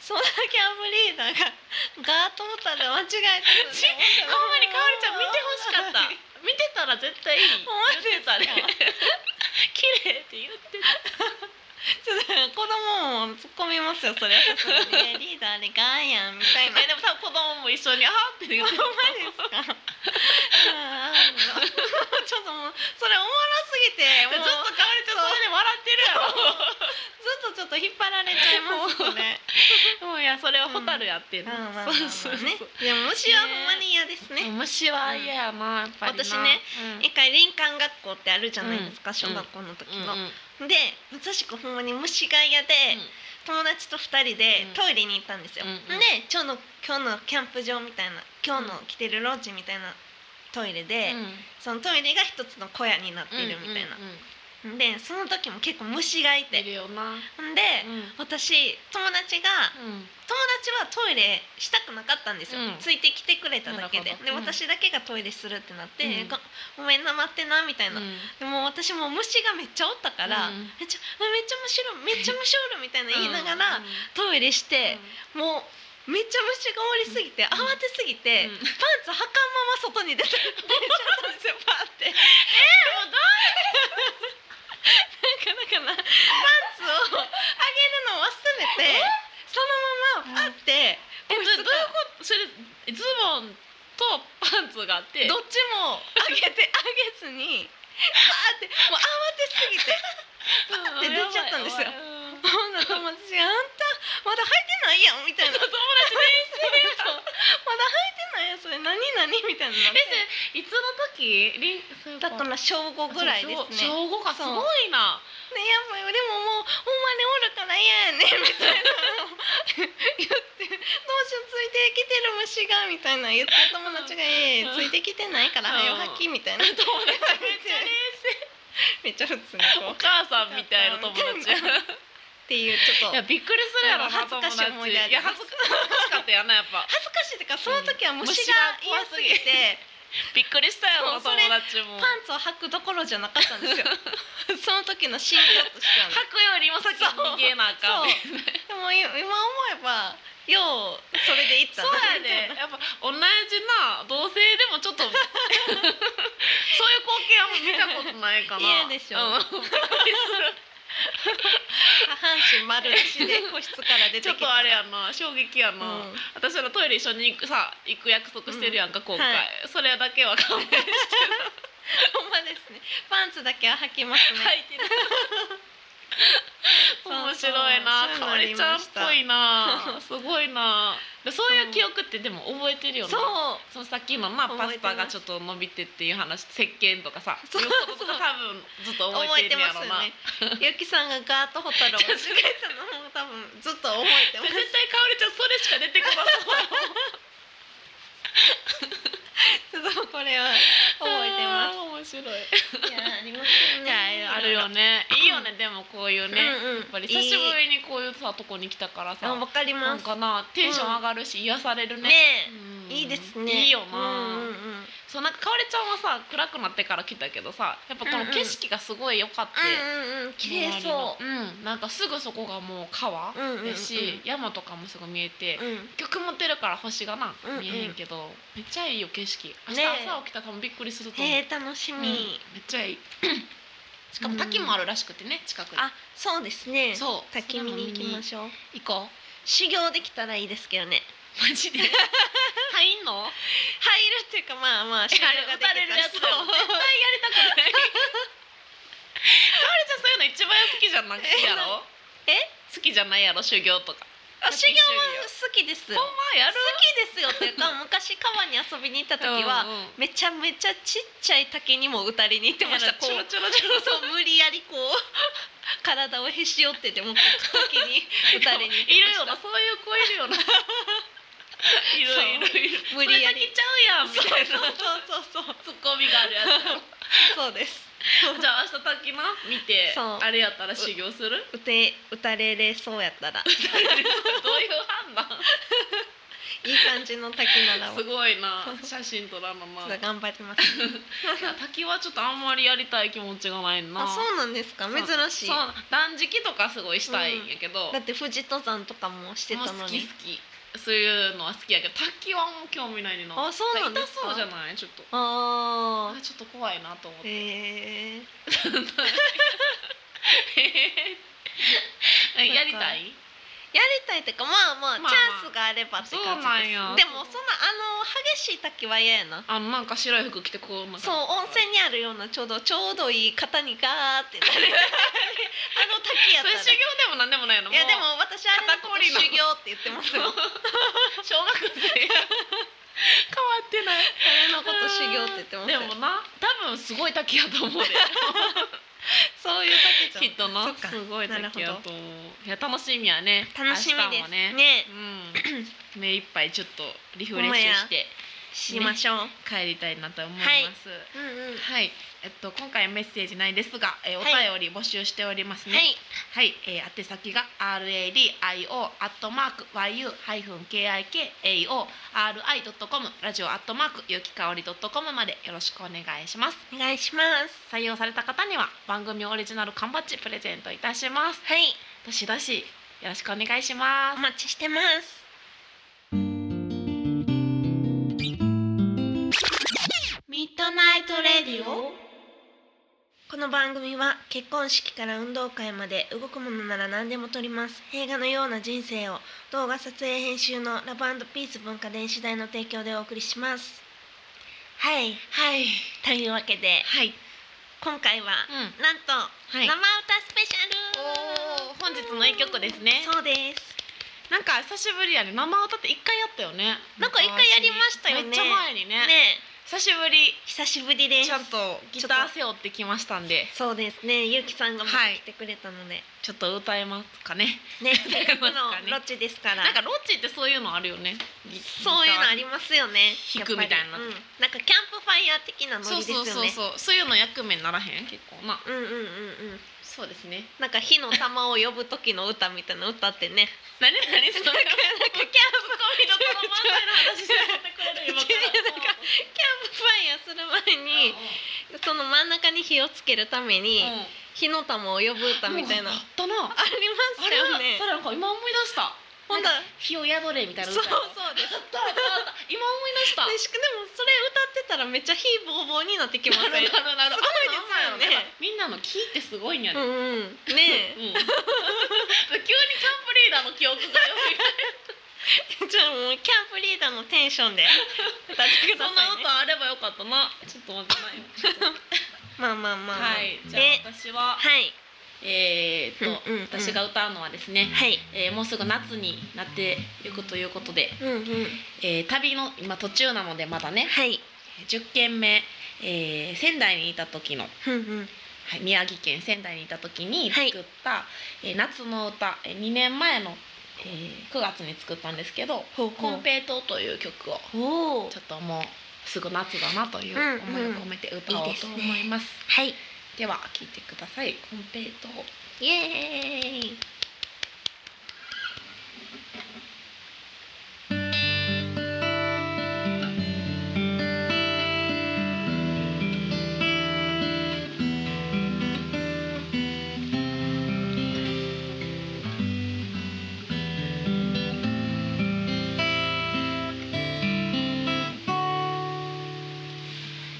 Speaker 1: そんなキャンプリーダーがガーッと思ったんで間違え て
Speaker 2: ちほんまにかおりちゃん見てほしかった見てたら絶対
Speaker 1: ほんま
Speaker 2: 言ってたね
Speaker 1: です
Speaker 2: 綺麗って言ってた
Speaker 1: ちょっと子供も突っ込みますよそれはさすが にねリーダーでガーやんみたいな
Speaker 2: えでも多分子供も一緒に「あー って 言って
Speaker 1: ほんまですかあーちょっともうそれおもろすぎて
Speaker 2: ずっ
Speaker 1: もう
Speaker 2: とかおりちゃん
Speaker 1: ずっとち
Speaker 2: それで笑ってるや
Speaker 1: ょっと引っ張られちゃいますよね
Speaker 2: ろもういやそれは蛍やってる、
Speaker 1: うんまあまあまあ
Speaker 2: そうそうそう
Speaker 1: ねでも虫はほんまに嫌ですね
Speaker 2: 虫は嫌やなやっぱりな
Speaker 1: 私ね、
Speaker 2: うん
Speaker 1: 一回林間学校ってあるじゃないですか、小学校の時
Speaker 2: うん
Speaker 1: の、
Speaker 2: うん
Speaker 1: でまさしくほんまに虫が嫌で、友達と2人で
Speaker 2: うん
Speaker 1: トイレに行ったんですよ、
Speaker 2: うんうん
Speaker 1: で今日の今日のキャンプ場みたいな今日の来てるロッジみたいなトイレで、
Speaker 2: うん
Speaker 1: そのトイレが一つの小屋になってるみたいな
Speaker 2: う、んうんうん
Speaker 1: でその時も結構虫がい
Speaker 2: い
Speaker 1: て
Speaker 2: るよな、
Speaker 1: んで、私友達が
Speaker 2: うん
Speaker 1: 友達はトイレしたくなかったんですよ、
Speaker 2: うん
Speaker 1: ついてきてくれただけ
Speaker 2: な
Speaker 1: で
Speaker 2: るほ
Speaker 1: で
Speaker 2: どうん
Speaker 1: 私だけがトイレするってなって
Speaker 2: う
Speaker 1: 「
Speaker 2: ん
Speaker 1: ごごめんな待ってな」みたいな、
Speaker 2: うん
Speaker 1: でも私もう虫がめっちゃおったから「
Speaker 2: うん
Speaker 1: めっちゃあめっちゃ虫おるめっちゃ虫おる」みたいな言いながら、トイレして、もうめっちゃ虫がおりすぎて、慌てすぎて、
Speaker 2: うん
Speaker 1: パンツはかんまま外に出て出ちゃったんですよパンって。え
Speaker 2: もう
Speaker 1: どうなんかだからパンツを上げるのを忘れてそのままパって、
Speaker 2: えどどう
Speaker 1: 個
Speaker 2: い
Speaker 1: 室
Speaker 2: うこ
Speaker 1: から
Speaker 2: とそれズボンとパンツがあって
Speaker 1: どっちも上げて 上げずにパーってもう慌てすぎて
Speaker 2: パ
Speaker 1: って出ちゃったんですよ
Speaker 2: 友
Speaker 1: ほんなら友達が「あんたまだ履いてないやん」み たいな「まだ履い
Speaker 2: 達 全員
Speaker 1: てないやんそれ何何?」みたいになっ
Speaker 2: え
Speaker 1: て。
Speaker 2: それいつの時りんそう
Speaker 1: だ
Speaker 2: か
Speaker 1: から小五ぐらいですね。ねや
Speaker 2: 小小五かす
Speaker 1: そう
Speaker 2: ごいな
Speaker 1: ばいでももうほんまにおるから嫌やねんみたいなの を言ってどうしようついてきてる虫がみたいなの言って友達が「ええついてきてないから
Speaker 2: うん
Speaker 1: 早吐き」みたいな
Speaker 2: 友達 めっちゃ冷
Speaker 1: めっちゃ普通に
Speaker 2: 静お
Speaker 1: こうっ
Speaker 2: 母さんみたいな友達
Speaker 1: うんていうちょっ
Speaker 2: い
Speaker 1: と
Speaker 2: やびっくりするやろな
Speaker 1: 恥ずかしい思い出あ
Speaker 2: 友
Speaker 1: り
Speaker 2: 達いや
Speaker 1: ます
Speaker 2: 恥ずかしかったやなやっぱ
Speaker 1: 恥ずかしいっていうかその時は
Speaker 2: うん
Speaker 1: 虫が嫌すぎて
Speaker 2: びっくりしたやろな
Speaker 1: そう
Speaker 2: 友
Speaker 1: それ
Speaker 2: 達も
Speaker 1: パンツを履くどころじゃなかったん ですよその時の心境としてはね
Speaker 2: 吐くよりも先に逃げなあかんね
Speaker 1: そうでもい今思えばようそれでいった
Speaker 2: そうやで、やっぱ同じな同性でもちょ っとそういう光景はもう見たことないかな。
Speaker 1: 嫌でしょ
Speaker 2: うん、
Speaker 1: 下半身丸出しで個室から出てき
Speaker 2: ち
Speaker 1: た
Speaker 2: ょっとあれやな衝撃やな。
Speaker 1: うん
Speaker 2: 私らトイレ一緒に行くさ行く約束してるやんか、今回、
Speaker 1: は
Speaker 2: それだけは勘弁して
Speaker 1: ほんまですねパンツだけは履きます
Speaker 2: 書
Speaker 1: ね、
Speaker 2: い てる。面白いな、
Speaker 1: そうそう
Speaker 2: かおりちゃんっぽいな、すごいな。でそういう記憶ってでも覚えてるよな。
Speaker 1: そう
Speaker 2: そのさっきのまあパ
Speaker 1: 覚え
Speaker 2: ス
Speaker 1: てます
Speaker 2: タがちょっと伸びてっていう話石鹸とかさ
Speaker 1: そう
Speaker 2: いうこととか多分ずっと覚
Speaker 1: 覚え
Speaker 2: えて
Speaker 1: て
Speaker 2: るんや
Speaker 1: ますよ
Speaker 2: ろうな、
Speaker 1: ねゆきさんがガーッとホタルを間違えたのも多分ずっと覚えて
Speaker 2: 絶
Speaker 1: ま
Speaker 2: 対
Speaker 1: す
Speaker 2: かおりちゃんそれしか出てこなそう
Speaker 1: ちょっとこれは覚えてます
Speaker 2: す面白い
Speaker 1: いやありますよ
Speaker 2: いやあるよねいいよねでもこういうね、やっ
Speaker 1: うんうん、やっ
Speaker 2: ぱり久しぶりにこういうさとこに来たからさ
Speaker 1: わかり
Speaker 2: な
Speaker 1: ま
Speaker 2: ん
Speaker 1: す
Speaker 2: かなテンション上がるし、癒されるね
Speaker 1: ね
Speaker 2: うん
Speaker 1: いいですね
Speaker 2: いいよ
Speaker 1: うんうん
Speaker 2: な、
Speaker 1: うん
Speaker 2: そうなんかかおりちゃんはさ暗くなってから来たけどさやっぱこの景色がすごい良かった、
Speaker 1: うんうん綺麗そう
Speaker 2: うんなんかすぐそこがもう川
Speaker 1: う、うんうんうん、
Speaker 2: やし、山とかもすごい見えて、
Speaker 1: うん、
Speaker 2: 曲持ってるから星がな
Speaker 1: うんうん
Speaker 2: 見えへんけど、めっちゃいいよ景色明日
Speaker 1: ねえ
Speaker 2: 朝起きたら多分びっくりすると思う、
Speaker 1: へえ楽しみ、
Speaker 2: うんめっちゃ いいしかも滝もあるらしくてね近くに
Speaker 1: あそうですねう
Speaker 2: そう
Speaker 1: 滝見に行きま
Speaker 2: ょ
Speaker 1: しょう
Speaker 2: う行こ
Speaker 1: 修行できたらいいですけどね
Speaker 2: うマ ジで入んの
Speaker 1: 入るっていうかまあまあ修行
Speaker 2: あれ
Speaker 1: が
Speaker 2: 打
Speaker 1: でき
Speaker 2: たれる
Speaker 1: たら
Speaker 2: やつだよ
Speaker 1: そう
Speaker 2: 絶対やりたくないかおりちゃんそういうの一番好きじゃなくてやろ
Speaker 1: え
Speaker 2: 好きじゃないやろ修行とか
Speaker 1: あ修行は好きです
Speaker 2: ほん
Speaker 1: よ好
Speaker 2: まやる
Speaker 1: きですよっていうか昔川に遊びに行った時は、
Speaker 2: うんうん
Speaker 1: めちゃめちゃちっちゃい滝にも打たれに行ってましたこ
Speaker 2: ちょろ
Speaker 1: う
Speaker 2: ちょろちょろ
Speaker 1: そう無理やりこう体をへし折ってでもこう滝に打たれに行って
Speaker 2: いる
Speaker 1: ま
Speaker 2: よ
Speaker 1: した
Speaker 2: なそういう子 いるよないるいるいる
Speaker 1: 無理やり
Speaker 2: それだけちゃうやんみたい
Speaker 1: そう
Speaker 2: な
Speaker 1: そうそうそう
Speaker 2: ツッコミがあるやつ
Speaker 1: そうです
Speaker 2: じゃあ明日滝な見て
Speaker 1: そう
Speaker 2: あれやったら修行する
Speaker 1: 打て打たれれそうやったらい
Speaker 2: どういう判断
Speaker 1: い感じの滝なら
Speaker 2: すごいな写真撮らなな
Speaker 1: 頑張ります
Speaker 2: 滝はちょっとあんまりやりたい気持ちがないな
Speaker 1: あそうなんですか珍しい
Speaker 2: そう断食とかすごいしたいんやけど、
Speaker 1: だって富士登山とかもしてた
Speaker 2: もう
Speaker 1: の
Speaker 2: 好き
Speaker 1: に
Speaker 2: 好きそういうのは好きやけど滝はもう興味ないねんな
Speaker 1: あそうなんですか
Speaker 2: 痛そうじゃないちょっと
Speaker 1: あ
Speaker 2: あちょっと怖いなと思っ
Speaker 1: ー
Speaker 2: て、
Speaker 1: へえ
Speaker 2: えやりたい
Speaker 1: やりたいっていうかまあまあ
Speaker 2: まあま
Speaker 1: チャンス
Speaker 2: あ
Speaker 1: があればって感
Speaker 2: そうなん
Speaker 1: じ
Speaker 2: や
Speaker 1: ですでもそんなあの激しい滝は嫌やな
Speaker 2: あのなんか白い服着てこうなんか
Speaker 1: そう温泉にあるようなちょうどちょうどいい方にガーってな るあの滝や
Speaker 2: そ
Speaker 1: った
Speaker 2: れ
Speaker 1: ら
Speaker 2: 修行でもなんでもないの
Speaker 1: いやでも私あれのこと
Speaker 2: 肩こりの
Speaker 1: 修行って言ってます
Speaker 2: そう
Speaker 1: よ
Speaker 2: 小学生 変わってない
Speaker 1: あれのこと修行って言ってます
Speaker 2: で
Speaker 1: よ
Speaker 2: もな多分すごい滝やと思う で
Speaker 1: そういうだ
Speaker 2: き
Speaker 1: け
Speaker 2: っとな
Speaker 1: そっか
Speaker 2: すごい滝や
Speaker 1: なる
Speaker 2: と思ういや楽しみやね
Speaker 1: 楽しみ
Speaker 2: 明日
Speaker 1: で
Speaker 2: も
Speaker 1: す
Speaker 2: ね
Speaker 1: ね
Speaker 2: うん、目いっぱいちょっとリフレッシュして
Speaker 1: しましょう、
Speaker 2: 帰りたいなと思います、
Speaker 1: うんうん
Speaker 2: はい、えっと今回はメッセージないですが、えー、お
Speaker 1: はい
Speaker 2: 便り募集しております
Speaker 1: は
Speaker 2: ね。
Speaker 1: い
Speaker 2: はい、えー、宛先が r a d i o アットマーク y u ハイフン k i k a o r i ドットコムラジオアットマークゆきかおりドットコムまでよろしくお願いします。
Speaker 1: お願いします
Speaker 2: 採用された方には番組オリジナル缶バッジプレゼントいたします。
Speaker 1: はい
Speaker 2: どしどしよろしくお願いしま
Speaker 1: お
Speaker 2: す。
Speaker 1: 待ちしてますミッドナイトレディオこの番組は結婚式から運動会まで動くものなら何でも撮ります映画のような人生を動画撮影編集のラブピース文化電子台の提供でお送りしますはい
Speaker 2: はい、
Speaker 1: というわけで
Speaker 2: はい、
Speaker 1: 今回は、
Speaker 2: うん、
Speaker 1: なんと、
Speaker 2: は
Speaker 1: 生
Speaker 2: い
Speaker 1: 歌スペシャル
Speaker 2: おー本日の一曲ですね
Speaker 1: そうです
Speaker 2: なんか久しぶりやね。生歌って一回やったよね。
Speaker 1: なんか一回やりましたよね
Speaker 2: めっちゃ前にね。
Speaker 1: ね
Speaker 2: 久しぶり。
Speaker 1: 久しぶりです
Speaker 2: ちゃんとギター背負ってきましたんで、
Speaker 1: そうですねゆうきさんが持
Speaker 2: は
Speaker 1: っ
Speaker 2: い
Speaker 1: てきてくれたので、
Speaker 2: ちょっと歌えますかね。
Speaker 1: ねせっかく
Speaker 2: 歌え
Speaker 1: のロ
Speaker 2: ますかね
Speaker 1: ッチですから
Speaker 2: なんかロッチってそういうのあるよね。ギ
Speaker 1: そういうのありますよね
Speaker 2: 弾くみたい
Speaker 1: やっ
Speaker 2: な
Speaker 1: ぱりうん、なんかキャンプファイヤー的なノ
Speaker 2: そう
Speaker 1: リですよ
Speaker 2: そう
Speaker 1: ね
Speaker 2: そうそう。そういうの役目にならへん結構な。
Speaker 1: うんうんうんうん
Speaker 2: そうですね。
Speaker 1: なんか火の玉を呼ぶ時の歌みたいな歌って ね
Speaker 2: 何何 その
Speaker 1: なんかなんかキャンプ
Speaker 2: ツッコミどころ満載の話してくれる今から。
Speaker 1: キャンプファイヤーする前に、その真ん中に火をつけるために、火の玉を呼ぶ歌みたいな、
Speaker 2: あ
Speaker 1: あ
Speaker 2: ったな。あ
Speaker 1: りましたよね
Speaker 2: それなんか今思い出した。
Speaker 1: ほんと
Speaker 2: 火を宿れみたい な
Speaker 1: そう
Speaker 2: 歌
Speaker 1: そう
Speaker 2: やろ。
Speaker 1: です
Speaker 2: あったあったあった今思い出 した。
Speaker 1: でしでもそれ歌ってたらめっちゃ火ボーボーになってきません
Speaker 2: なるなるなる。
Speaker 1: すごいですよね。
Speaker 2: みんなのキーってすごいんや
Speaker 1: う
Speaker 2: ね。
Speaker 1: んうんねえ
Speaker 2: うん急にキャンプリーダーの記憶がよみが
Speaker 1: じゃあもうキャンプリーダーのテンションで 歌ってくだ
Speaker 2: そんな
Speaker 1: さい、
Speaker 2: 音
Speaker 1: ね、
Speaker 2: あればよかったな。ちょっと待ってないよ。
Speaker 1: まあまあまあまあ
Speaker 2: はい。じゃ
Speaker 1: で
Speaker 2: あ私は
Speaker 1: はい
Speaker 2: えーっと、
Speaker 1: うんうんうん
Speaker 2: 私が歌うのはですね。
Speaker 1: はい
Speaker 2: えーもうすぐ夏になっていくということで、
Speaker 1: うんうん
Speaker 2: えー旅の今途中なのでまだね
Speaker 1: はい
Speaker 2: 10軒目、えー仙台にいた時の、は
Speaker 1: うんうん
Speaker 2: い、宮城県仙台にいた時に
Speaker 1: は
Speaker 2: 作
Speaker 1: い
Speaker 2: った、えー夏の歌、えー、2年前の、えー9月に作ったんですけど
Speaker 1: ほう
Speaker 2: 「コンペイトウ」という曲を
Speaker 1: ほう
Speaker 2: ちょっともうすぐ夏だなという
Speaker 1: うん
Speaker 2: 思いを込めて歌おう
Speaker 1: いいです
Speaker 2: と
Speaker 1: ね
Speaker 2: 思います。
Speaker 1: はい
Speaker 2: では聞いてください。コンペイトウ。
Speaker 1: イエーイ
Speaker 2: 「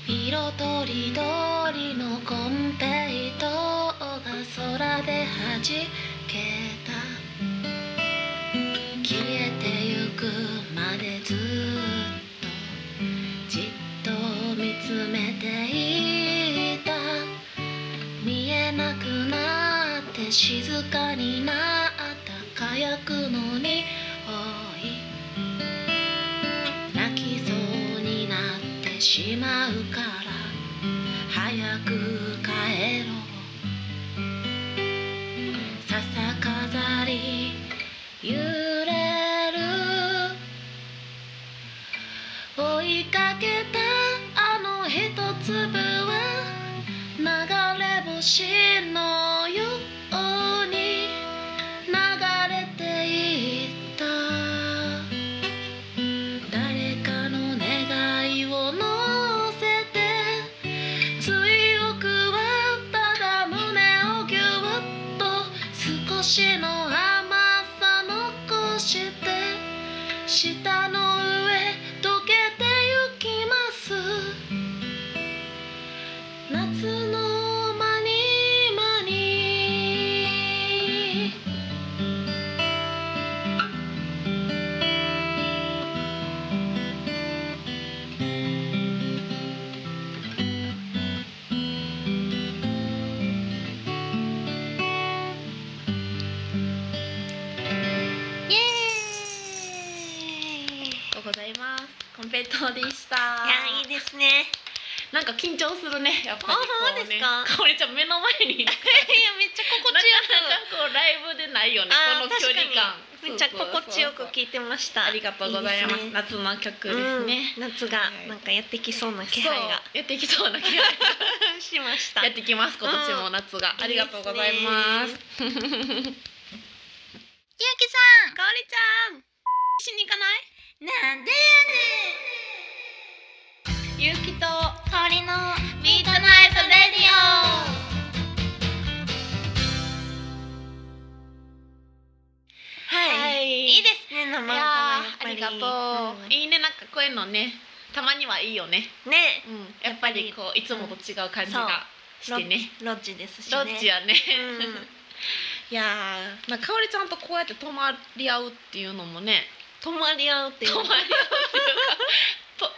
Speaker 3: 色とりどりのコンペイトが空で弾けた消えてゆくまでずっとじっと見つめていた見えなくなって静かになった火薬の匂い泣きそうになってしまうから早く帰ろう笹飾り揺れる追いかけたあの一粒は流れ星のように流れていった誰かの願いを乗せて強くはただ胸をぎゅっと少しの甘さ残して舌の上溶けてゆきます夏の間に間にイエーイ
Speaker 2: とうございますコンペイトーでした
Speaker 1: いやいいですね
Speaker 2: なんか緊張するねやっぱり
Speaker 1: あ
Speaker 2: こうね
Speaker 1: ほんまです
Speaker 2: かおりちゃん目の前 にいる
Speaker 1: いやめっちゃ心地よ
Speaker 2: なかなかこうライブでな いよね
Speaker 1: あ
Speaker 2: こ
Speaker 1: ー
Speaker 2: の距離感
Speaker 1: くめっちゃ心地よく聞
Speaker 2: い
Speaker 1: いてました
Speaker 2: ありがとうございます
Speaker 1: いいですね
Speaker 2: 夏の曲ですね、
Speaker 1: うん夏がなんかやってきそうな気配が
Speaker 2: そうやってきそうな気配が
Speaker 1: しました
Speaker 2: やってきます今年も夏が、
Speaker 1: うん
Speaker 2: ありがとうございます
Speaker 1: いいで
Speaker 3: ゆうきさんかおりちゃんしに行かないなんでやねんゆうきとかおりのミートナイトレディ
Speaker 1: はい、い、
Speaker 2: い
Speaker 1: いですね生歌
Speaker 2: いや
Speaker 1: はやっ
Speaker 2: ー
Speaker 1: ぱ
Speaker 2: あ
Speaker 1: り
Speaker 2: りがとう、
Speaker 1: ん
Speaker 2: いいねなんかこういうのねたまにはいいよね、
Speaker 1: ね
Speaker 2: やっぱりこういつもと違う感じがしてね
Speaker 1: ロッジですしね
Speaker 2: ロッチやね、
Speaker 1: うん
Speaker 2: いやーなんかおりちゃんとこうやって泊まり合うっていうのもね
Speaker 1: 泊まり合うっていう
Speaker 2: 泊まり合うっていうか とん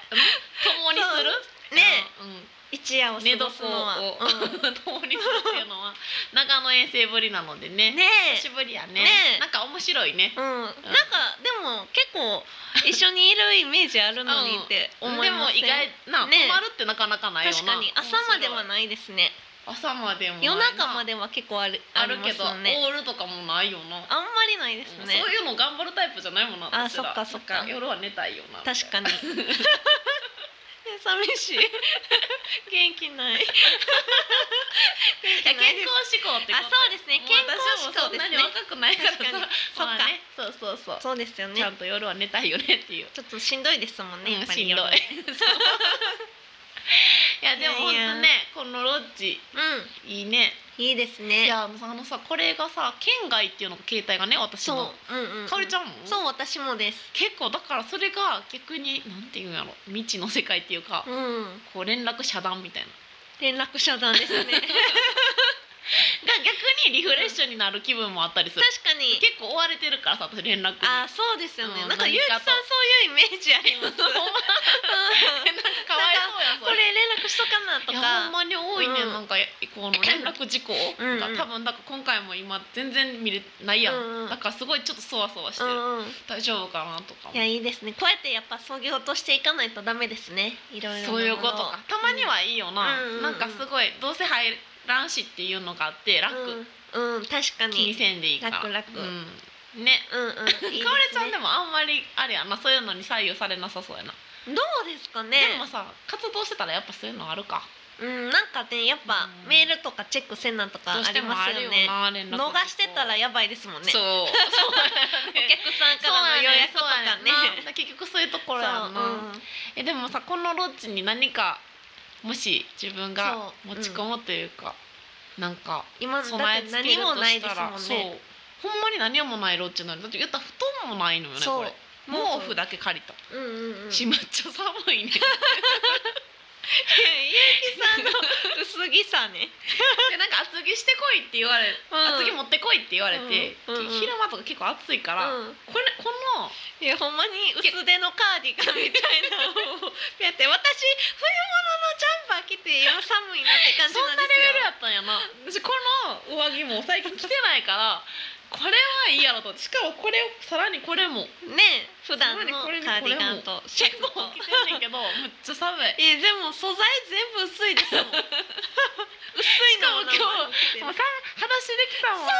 Speaker 2: 共にする
Speaker 1: ね
Speaker 2: うん
Speaker 1: 一夜を過
Speaker 2: 寝
Speaker 1: ご
Speaker 2: 床
Speaker 1: すのは、
Speaker 2: を、
Speaker 1: うん
Speaker 2: 共にするっていうのは長野遠征ぶりなのでね
Speaker 1: ね
Speaker 2: 久しぶりやね
Speaker 1: ね
Speaker 2: なんか面白いね
Speaker 1: うん、なんかでも結構一緒にいるイメージあるのにって思い
Speaker 2: で
Speaker 1: ま
Speaker 2: も
Speaker 1: す
Speaker 2: 意外な、
Speaker 1: ね
Speaker 2: 泊まるってなかなかないよな
Speaker 1: 確かに朝まではないですね
Speaker 2: 朝までもないな
Speaker 1: 夜中までは結構ある
Speaker 2: あるけど
Speaker 1: ありますもんね
Speaker 2: オールとかもないよな
Speaker 1: あんまりないです
Speaker 2: うん
Speaker 1: ね
Speaker 2: そういうの頑張るタイプじゃないもんな
Speaker 1: あ
Speaker 2: 私
Speaker 1: そ
Speaker 2: ら
Speaker 1: っかそっか
Speaker 2: なん夜は寝たいよな
Speaker 1: 確 かに寂しい 元気 ない
Speaker 2: いや健康志向ってこと
Speaker 1: あそうですね
Speaker 2: もう
Speaker 1: 健康志向
Speaker 2: 私もそん
Speaker 1: です
Speaker 2: なに
Speaker 1: ね
Speaker 2: 若くないからさ
Speaker 1: 確かに
Speaker 2: まあねそうそうそう
Speaker 1: そうですよね
Speaker 2: ちゃんと夜は寝たいよねっていう
Speaker 1: ちょっとしんどいですもんねやっぱり
Speaker 2: しんどい
Speaker 1: 夜
Speaker 2: いやでも本
Speaker 1: いやいや
Speaker 2: 当ねこのロッ
Speaker 1: う
Speaker 2: ジいいね
Speaker 1: んいいですね
Speaker 2: いやあのさこれがさ県外っていうのが携帯がね私
Speaker 1: そうう
Speaker 2: の
Speaker 1: んうん
Speaker 2: かおりち
Speaker 1: ゃん
Speaker 2: ゃんも
Speaker 1: そう私もです
Speaker 2: 結構だからそれが逆になんていうんやろ未知の世界っていうか
Speaker 1: うん
Speaker 2: こう連絡遮断みたいな
Speaker 1: 連絡遮断ですね
Speaker 2: が逆にリフレッシュになる気分もあったりする
Speaker 1: 確かに
Speaker 2: 結構追われてるからさ私連絡に
Speaker 1: あ そうですよね、
Speaker 2: うん
Speaker 1: なんかゆうきさんそ
Speaker 2: 何かと
Speaker 1: ういうイメージありますうん
Speaker 2: なんかかわいそうやんそ
Speaker 1: これ
Speaker 2: れ
Speaker 1: 連絡しとかないと
Speaker 2: や
Speaker 1: か
Speaker 2: ほんまに多いね、
Speaker 1: うん
Speaker 2: なんかこの連絡事項
Speaker 1: うん
Speaker 2: が多分だから今回も今全然見れないやん、
Speaker 1: うんうん
Speaker 2: だからすごいちょっとそわそわしてる、
Speaker 1: うんうん
Speaker 2: 大丈夫かなとかも
Speaker 1: いやいいですねこうやってやっぱそぎ落としていかないとダメですねいろいろなも
Speaker 2: そう
Speaker 1: のを
Speaker 2: いうことかたまにはいいよな、
Speaker 1: うんうんうん
Speaker 2: なんかすごいどうせ入らんしっていうのがあって楽、
Speaker 1: うん、うん、確か
Speaker 2: 気に
Speaker 1: に
Speaker 2: せんでいいから
Speaker 1: 楽楽
Speaker 2: うん、ね
Speaker 1: うんうんいいですね
Speaker 2: かおりちゃんでもあんまりあれやなそういうのに左右されなさそうやな、
Speaker 1: どうですかね
Speaker 2: でもさ活動してたらやっぱそういうのあるか
Speaker 1: うんなんかねやっぱ
Speaker 2: うん
Speaker 1: メールとかチェックせんなんとか
Speaker 2: どう
Speaker 1: あ
Speaker 2: して
Speaker 1: り
Speaker 2: も
Speaker 1: ま
Speaker 2: あ
Speaker 1: す
Speaker 2: る
Speaker 1: よ
Speaker 2: よ
Speaker 1: ね
Speaker 2: な連絡
Speaker 1: 逃してたらやばいですもんね
Speaker 2: そう
Speaker 1: お
Speaker 2: そう
Speaker 1: 客さんからの予約とかね
Speaker 2: ね結局そういうところやな、
Speaker 1: そう
Speaker 2: えでもさこのロッジに何かもし自分が
Speaker 1: そう
Speaker 2: 持ち込むというか、なんか
Speaker 1: 今だ
Speaker 2: 備
Speaker 1: って
Speaker 2: え付け
Speaker 1: 何
Speaker 2: る
Speaker 1: も
Speaker 2: と
Speaker 1: ない
Speaker 2: し
Speaker 1: で
Speaker 2: た
Speaker 1: す
Speaker 2: ら
Speaker 1: もん
Speaker 2: そう
Speaker 1: ね
Speaker 2: ほんまに何もないロッジなんでだって言ったら布団もないのよねこれ毛布だけ借りた、
Speaker 1: うんうんうん
Speaker 2: しめっちゃ寒いね
Speaker 1: いやい着さね
Speaker 2: でなんか厚着してこいって言われ、
Speaker 1: うん
Speaker 2: 厚着持ってこいって言われて、
Speaker 1: うんうん
Speaker 2: 昼間とか結構暑いから、
Speaker 1: うん
Speaker 2: これこの
Speaker 1: いやほんまに薄手のカーディガンみたいなのをやって私冬物のジャンパー着て今寒いなって感じ
Speaker 2: そん
Speaker 1: なん
Speaker 2: なレベル
Speaker 1: ですよ
Speaker 2: やったんやな私この上着もう最近着てないからこれはいいやろとしかもこれをさらにこれも
Speaker 1: ねえ普段の
Speaker 2: さらにこれに
Speaker 1: カーディガンとシャツと
Speaker 2: こう着てんねんけどむっちゃ寒 い
Speaker 1: えでも素材全部薄い ですもん薄いのを生の着てる
Speaker 2: もうさ裸足できたもんね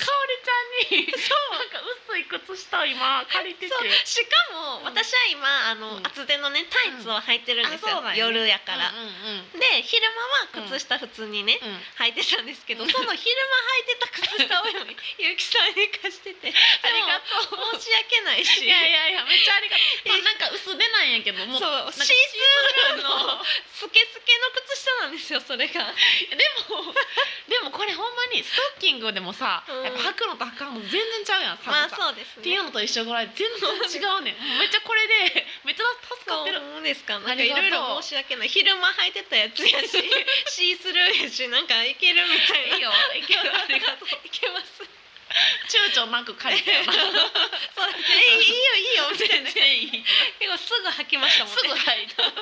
Speaker 2: かおりちゃんに なんか薄い靴下を今借りてて
Speaker 1: そうしかも、
Speaker 2: うん
Speaker 1: 私は今あの、
Speaker 2: うん
Speaker 1: 厚手のねタイツを履いてるんです
Speaker 2: あ
Speaker 1: よ
Speaker 2: そう、なんや
Speaker 1: 夜やから、
Speaker 2: うんうんうん
Speaker 1: で昼間は靴下普通にね、
Speaker 2: うん
Speaker 1: 履いてたんですけど、
Speaker 2: うん
Speaker 1: その昼間履いてた靴下を今ゆきさんに貸して て
Speaker 2: ありがとう
Speaker 1: 申し訳ないし
Speaker 2: いやいやいやめっちゃありがと うまあなんか薄手なんやけども
Speaker 1: そう
Speaker 2: なんか
Speaker 1: シースルーのスケスケの靴下なんですよそれが
Speaker 2: でもでもこれほんまにストッキングでもさ、
Speaker 1: うん
Speaker 2: やっぱ履くのと履かんの全然ちゃうやん
Speaker 1: まあ
Speaker 2: 寒さ、
Speaker 1: そうです
Speaker 2: ってい
Speaker 1: ね
Speaker 2: うのと一緒ぐらい全然違うねんめっちゃこれでめっちゃ助か
Speaker 1: そ
Speaker 2: っ
Speaker 1: う
Speaker 2: てる
Speaker 1: 思うんですかなんか
Speaker 2: あり
Speaker 1: い
Speaker 2: がとう
Speaker 1: ろいろ申し訳ない昼間履いてたやつや しシースルーやしなんかいけるみたいない
Speaker 2: いよいけるありがとう
Speaker 1: いけます
Speaker 2: 躊躇なく借りたよな
Speaker 1: そうですねいいいいよいいよみたい
Speaker 2: 全
Speaker 1: な
Speaker 2: 然 いい
Speaker 1: 結構すぐ履きましたもん
Speaker 2: す
Speaker 1: ね
Speaker 2: ぐ 履いたい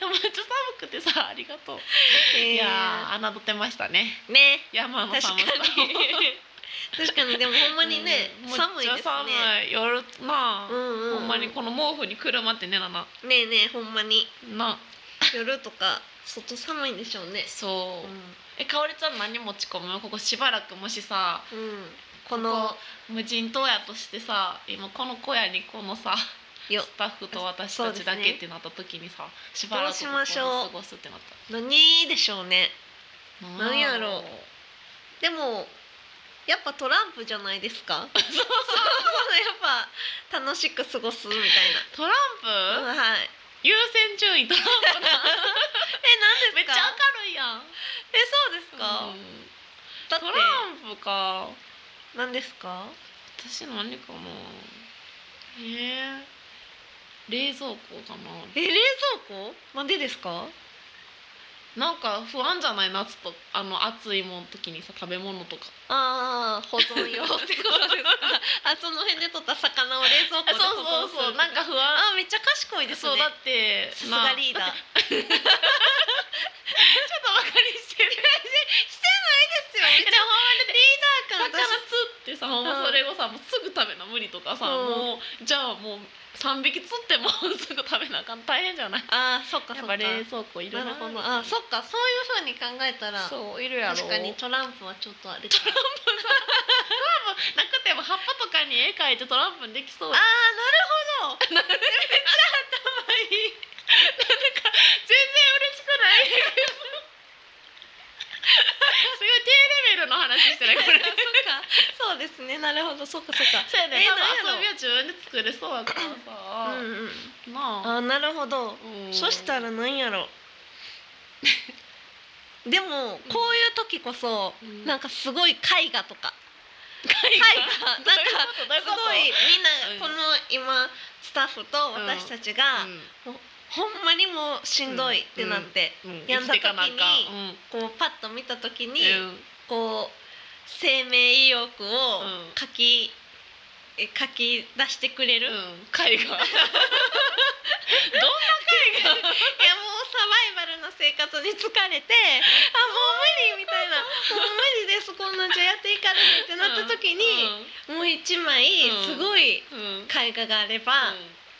Speaker 2: やめっちゃ寒くてさありがとう、いやー侮ってましたね
Speaker 1: ーね
Speaker 2: 山の
Speaker 1: 確か
Speaker 2: 寒
Speaker 1: に
Speaker 2: さ
Speaker 1: 確かにでもほんまにね、
Speaker 2: うん
Speaker 1: 寒いですね
Speaker 2: めっちゃ寒い夜なあ、
Speaker 1: うんうんうん、
Speaker 2: ほんまにこの毛布にくるまってねなな
Speaker 1: ねえねえほんまに
Speaker 2: な
Speaker 1: 夜とか外寒いんでしょうね
Speaker 2: そうう、
Speaker 1: ん
Speaker 2: えかおりちゃん何持ち込むここしばらくもしさ
Speaker 1: うんこの
Speaker 2: こう無人島やとしてさ今この小屋にこのさ
Speaker 1: よ
Speaker 2: スタッフと私
Speaker 1: そう
Speaker 2: た
Speaker 1: ですね
Speaker 2: ちだけってなった時にさしばらくここ
Speaker 1: どうしましょう
Speaker 2: で過ごすってなっ
Speaker 1: 何でしょうね
Speaker 2: た
Speaker 1: なんやろうでもやっぱトランプじゃないですか そうそうやっぱ楽しく過ごすみたい
Speaker 2: トランプ、
Speaker 1: な、うん、はい
Speaker 2: 優先順位トランプ
Speaker 1: え何
Speaker 2: め
Speaker 1: で
Speaker 2: っ
Speaker 1: す
Speaker 2: ち
Speaker 1: か
Speaker 2: ゃ明るいやん
Speaker 1: えそうですか、
Speaker 2: うん
Speaker 1: だっ
Speaker 2: ト
Speaker 1: て
Speaker 2: ランプか
Speaker 1: 何ですか
Speaker 2: 私何かなえー、冷蔵庫かな
Speaker 1: え冷蔵庫なんでですか
Speaker 2: なんか不安じゃない夏とあの暑いもん時にさ食べ物とか
Speaker 1: ああ保存 用ってことですかあその辺で取った魚を冷蔵庫
Speaker 2: あ
Speaker 1: で
Speaker 2: そう
Speaker 1: 保存す
Speaker 2: そうそう
Speaker 1: る
Speaker 2: なんか不安
Speaker 1: あーめっちゃ賢いですね
Speaker 2: そうだって
Speaker 1: さすがリーダー
Speaker 2: なちょっとバカにしてる
Speaker 1: してない
Speaker 2: で
Speaker 1: ですよ
Speaker 2: も
Speaker 1: リー
Speaker 2: ほんまにだって魚
Speaker 1: ダー感
Speaker 2: 釣ってさほんまそれをさもうすぐ食べな無理とかさ、
Speaker 1: うん
Speaker 2: もうじゃあもう3匹釣ってもすぐ食べなあかん大変じゃない
Speaker 1: ああそっか
Speaker 2: や
Speaker 1: そっ
Speaker 2: っぱ
Speaker 1: か
Speaker 2: 冷蔵庫いる
Speaker 1: なるほどあーそっかそういうふうに考えたら
Speaker 2: そういるやろ
Speaker 1: 確かにトランプはちょっとあれ かあ
Speaker 2: なくても葉っぱとかに絵描いてトランプにできそう
Speaker 1: ーなるほどめっちゃ頭いい
Speaker 2: 全然嬉しくない すごい低レベルの話してないこれ
Speaker 1: あそっかそうですねなるほどそっ かそっか
Speaker 2: そうやね、
Speaker 1: え
Speaker 2: 多
Speaker 1: なんやろ
Speaker 2: 分遊びは自分で作れそうやからさ、
Speaker 1: うんうん
Speaker 2: なあ、
Speaker 1: あーなるほど
Speaker 2: うん
Speaker 1: そしたらなんや ろでもこういう時こそ、
Speaker 2: うん
Speaker 1: なんかすごい絵画とか絵
Speaker 2: 海
Speaker 1: 画なんか
Speaker 2: す
Speaker 1: すごいみんなこ
Speaker 2: うん
Speaker 1: の今スタッフと私たちが、ほんまにもうしんどいってなって、
Speaker 2: うんうん、
Speaker 1: やんだ時に
Speaker 2: 生きてかなあかんうん
Speaker 1: こうパッと見た時に、
Speaker 2: うん
Speaker 1: こう生命意欲を
Speaker 2: うん
Speaker 1: 書き、え書き出してくれる、
Speaker 2: う、
Speaker 1: いやもうん
Speaker 2: 海外どんな
Speaker 1: サバイバルな生活に疲れてあもう無理みたいなもう無理ですこんなんじゃやっていかれへんってなった時に、もう一枚
Speaker 2: うん
Speaker 1: すごい
Speaker 2: うん、うんうん
Speaker 1: 絵画があれば、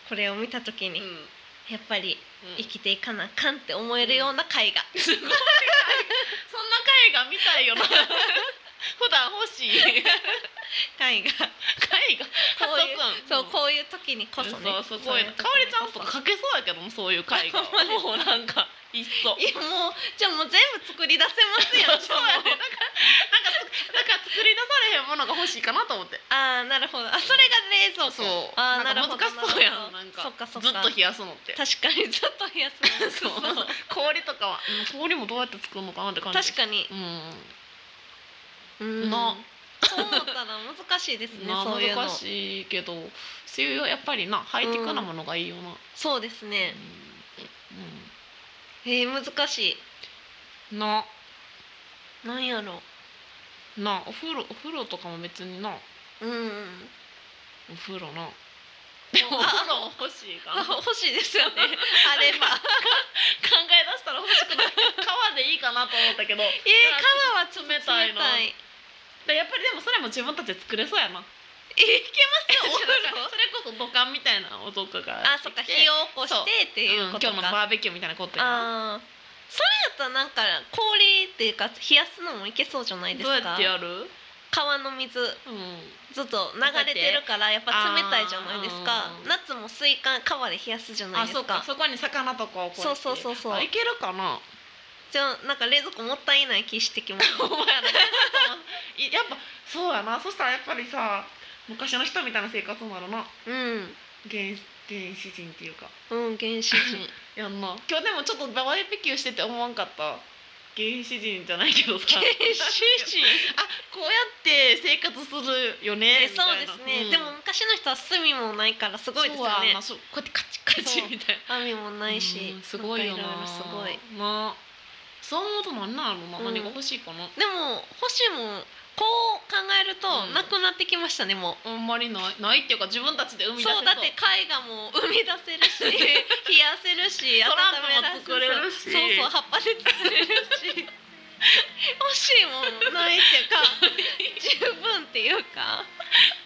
Speaker 1: これを見た時に、
Speaker 2: うん
Speaker 1: やっぱり
Speaker 2: うん
Speaker 1: 生きていかなあかんって思えるような絵画、
Speaker 2: すごいそんな絵画見たい よな普段欲しい絵
Speaker 1: 絵画
Speaker 2: 画
Speaker 1: こういう
Speaker 2: ハト君
Speaker 1: そうこういう時にこそね
Speaker 2: そうすごい
Speaker 1: そうう時にこそ
Speaker 2: かおりちゃんとか描けそうやけどもそういう絵 画
Speaker 1: ほんまです
Speaker 2: もうなんかいっそ
Speaker 1: いやもうじゃあもう全部作り出せますやん
Speaker 2: そうやね
Speaker 1: も う
Speaker 2: なんかつなんか作り出されへんものが欲しいかなと思って
Speaker 1: ああなるほどあそれが冷蔵庫
Speaker 2: そう
Speaker 1: あー
Speaker 2: なん
Speaker 1: なる
Speaker 2: か
Speaker 1: ほど
Speaker 2: 難しそうやん
Speaker 1: な
Speaker 2: な
Speaker 1: る
Speaker 2: ん
Speaker 1: ほど
Speaker 2: か
Speaker 1: そっかそっ
Speaker 2: ずっ
Speaker 1: か
Speaker 2: と冷やすのって
Speaker 1: 確かにずっと冷やすの
Speaker 2: そう
Speaker 1: そう
Speaker 2: 氷とかはうん氷もどうやって作るのかなって感じ
Speaker 1: 確かに
Speaker 2: う
Speaker 1: うん
Speaker 2: な
Speaker 1: そう思ったら難しいですね
Speaker 2: ん、な
Speaker 1: そういうの
Speaker 2: 難しいけどそういうやっぱりなハイテクなものがいいよな、うん
Speaker 1: そうですねえー、難しい
Speaker 2: な
Speaker 1: なんやろ
Speaker 2: なお風呂お風呂とかも別にな
Speaker 1: うんうん
Speaker 2: お風呂な
Speaker 1: でも
Speaker 2: お風呂欲しいかな 考
Speaker 1: 欲しいですよねあれば
Speaker 2: え出したら欲しくない川でいいかなと思ったけどえ
Speaker 1: えー、川は冷たいの
Speaker 2: 冷たいやっぱりでもそれも自分たちで作れそうやな
Speaker 1: え いけますよお
Speaker 2: そ
Speaker 1: 風
Speaker 2: れ
Speaker 1: 呂
Speaker 2: こそ土管みたいなのとかが
Speaker 1: あそっか火
Speaker 2: を
Speaker 1: を起こしてっていうことか、
Speaker 2: 今日のバーベキューみたいなことやな
Speaker 1: あーそれやったらなんか氷っていうか冷やすのもいけそうじゃないです
Speaker 2: どうやっ
Speaker 1: か
Speaker 2: てやる
Speaker 1: 川の水
Speaker 2: うん
Speaker 1: ずっと流れてるからやっぱ冷たいじゃないですか
Speaker 2: あー
Speaker 1: 夏もスイカ川で冷やすじゃない
Speaker 2: あ
Speaker 1: で
Speaker 2: そ
Speaker 1: す
Speaker 2: うか
Speaker 1: か
Speaker 2: そこに魚とかをこやって
Speaker 1: そうそうそうそう
Speaker 2: あいけるかな
Speaker 1: じゃあなんか冷蔵庫もったいない気して きます
Speaker 2: お前らね いやっぱそうやなそしたらやっぱりさ昔の人みたいな生活になるな
Speaker 1: うん
Speaker 2: 原原始人っていうか
Speaker 1: うん原始人
Speaker 2: やんな今日でもちょっとバーベキューしてて思わんかった原始人じゃないけどさ
Speaker 1: 原始 人
Speaker 2: あこうやって生活するよね
Speaker 1: え
Speaker 2: み
Speaker 1: そ
Speaker 2: た
Speaker 1: う
Speaker 2: い
Speaker 1: で
Speaker 2: な
Speaker 1: すね、
Speaker 2: ん
Speaker 1: でも昔の人は炭もないからすごいですよ
Speaker 2: そうやん
Speaker 1: ね
Speaker 2: なそうこうやってカチカチ
Speaker 1: そう
Speaker 2: みたいな
Speaker 1: 網もないし、
Speaker 2: うんすごいよ
Speaker 1: んか
Speaker 2: な
Speaker 1: ろろすごい
Speaker 2: なそう思うとなんなんやろな、
Speaker 1: うん
Speaker 2: 何が欲しいかな
Speaker 1: でも星もこう考えると
Speaker 2: うん
Speaker 1: なくなってきましたね、もう。
Speaker 2: あんまりないないっていうか自分たちで生み出せ
Speaker 1: そうだって絵画も生み出せる し冷やせるし
Speaker 2: トランプも
Speaker 1: 温めら
Speaker 2: 作れるし
Speaker 1: そうそう葉っぱで作れるし欲しいもんないっていうか 十分っていうか、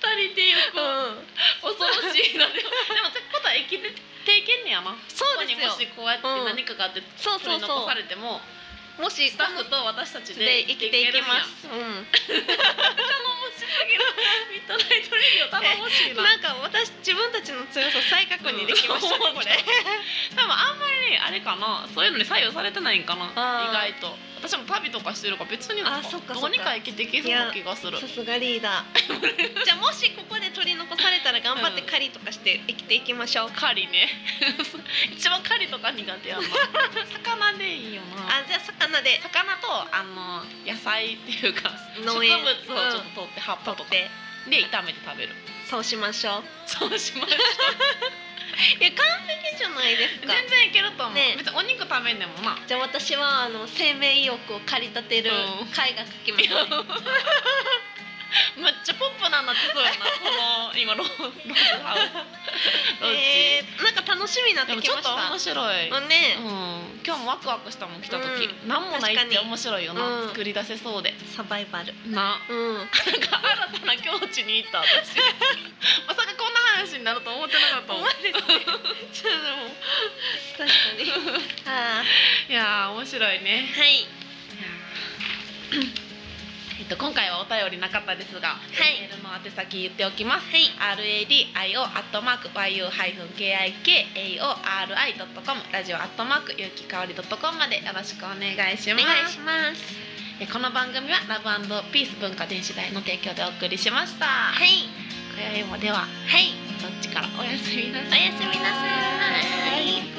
Speaker 2: 足りてゆく
Speaker 1: うん、
Speaker 2: 恐ろしいなでもでもってことは生きてていけんねやな
Speaker 1: そうですよ
Speaker 2: ここにもしこうやって
Speaker 1: うん
Speaker 2: 何かがあって
Speaker 1: そう
Speaker 2: 取
Speaker 1: そう
Speaker 2: り残
Speaker 1: そ
Speaker 2: されても、
Speaker 1: うもし
Speaker 2: スタッフと私たち
Speaker 1: で
Speaker 2: で
Speaker 1: 生きていけま
Speaker 2: 生きていける
Speaker 1: す、うん、
Speaker 2: んやミッドナイトレディオ頼もしいな
Speaker 1: なんか私自分たちの強さ再確認できま したね、
Speaker 2: うん
Speaker 1: これ
Speaker 2: 多分あんまりねあれかなそういうのに左右されてないんかな
Speaker 1: あー
Speaker 2: 意外と私も旅とかしてるから別になん
Speaker 1: あそっか
Speaker 2: どうにか生きていけそうな気がする
Speaker 1: さすがリーダー じゃあもしここで取り残されたら頑張って狩りとかして生きていきましょう、
Speaker 2: 狩りね 一番狩りとか苦 手やな魚でいいよな
Speaker 1: あじゃあ魚で
Speaker 2: 魚とあの野菜っていうか
Speaker 1: 農園
Speaker 2: 植物をちょっと取って葉っぱと
Speaker 1: 取
Speaker 2: か
Speaker 1: っ
Speaker 2: で
Speaker 1: て
Speaker 2: 炒めて食べる
Speaker 1: そうしましょう
Speaker 2: そうします
Speaker 1: いや完璧じゃないです
Speaker 2: 全
Speaker 1: か
Speaker 2: 然いけると思う、
Speaker 1: ね
Speaker 2: 別にお肉食べんでもな
Speaker 1: じゃあ私はあの生命意欲を駆り立てる
Speaker 2: うん
Speaker 1: 絵画描き ます、ね、
Speaker 2: めっちゃポップなんなってそうやなこの今ロログハウス ロッジ、
Speaker 1: えー、なんか楽しみになって
Speaker 2: でも
Speaker 1: き
Speaker 2: ちょ
Speaker 1: ま
Speaker 2: っ
Speaker 1: し
Speaker 2: と
Speaker 1: た
Speaker 2: 面白い、うん
Speaker 1: うんね、
Speaker 2: 今日もワクワクしたもん来た時、
Speaker 1: う
Speaker 2: なん、もないっ
Speaker 1: 確
Speaker 2: て
Speaker 1: かに
Speaker 2: 面白いよな、
Speaker 1: うん
Speaker 2: 作り出せそうで
Speaker 1: サバイバル
Speaker 2: な
Speaker 1: うん
Speaker 2: なんか新たな境地に行った私 まさかこんな話になると思ってなかった
Speaker 1: ほん
Speaker 2: もん
Speaker 1: ま ですねちょっともう確かに あ
Speaker 2: いやー面白いね
Speaker 1: ーはい
Speaker 2: えっと今回はお便りなかったですが、
Speaker 1: い
Speaker 2: メールの宛先言っておきます
Speaker 1: はい
Speaker 2: RADIO アットマーク YU-KIKAORI.com ラジオアットマークゆうきかおり .com までよろしくお願いし
Speaker 1: お
Speaker 2: ます
Speaker 1: 願いします
Speaker 2: えこの番組はラブピース文化電子台の提供でお送りしました、
Speaker 1: はい
Speaker 2: 今宵もでは
Speaker 1: はい
Speaker 2: どっちからおやすみな
Speaker 1: お
Speaker 2: さい
Speaker 1: やすみなさーい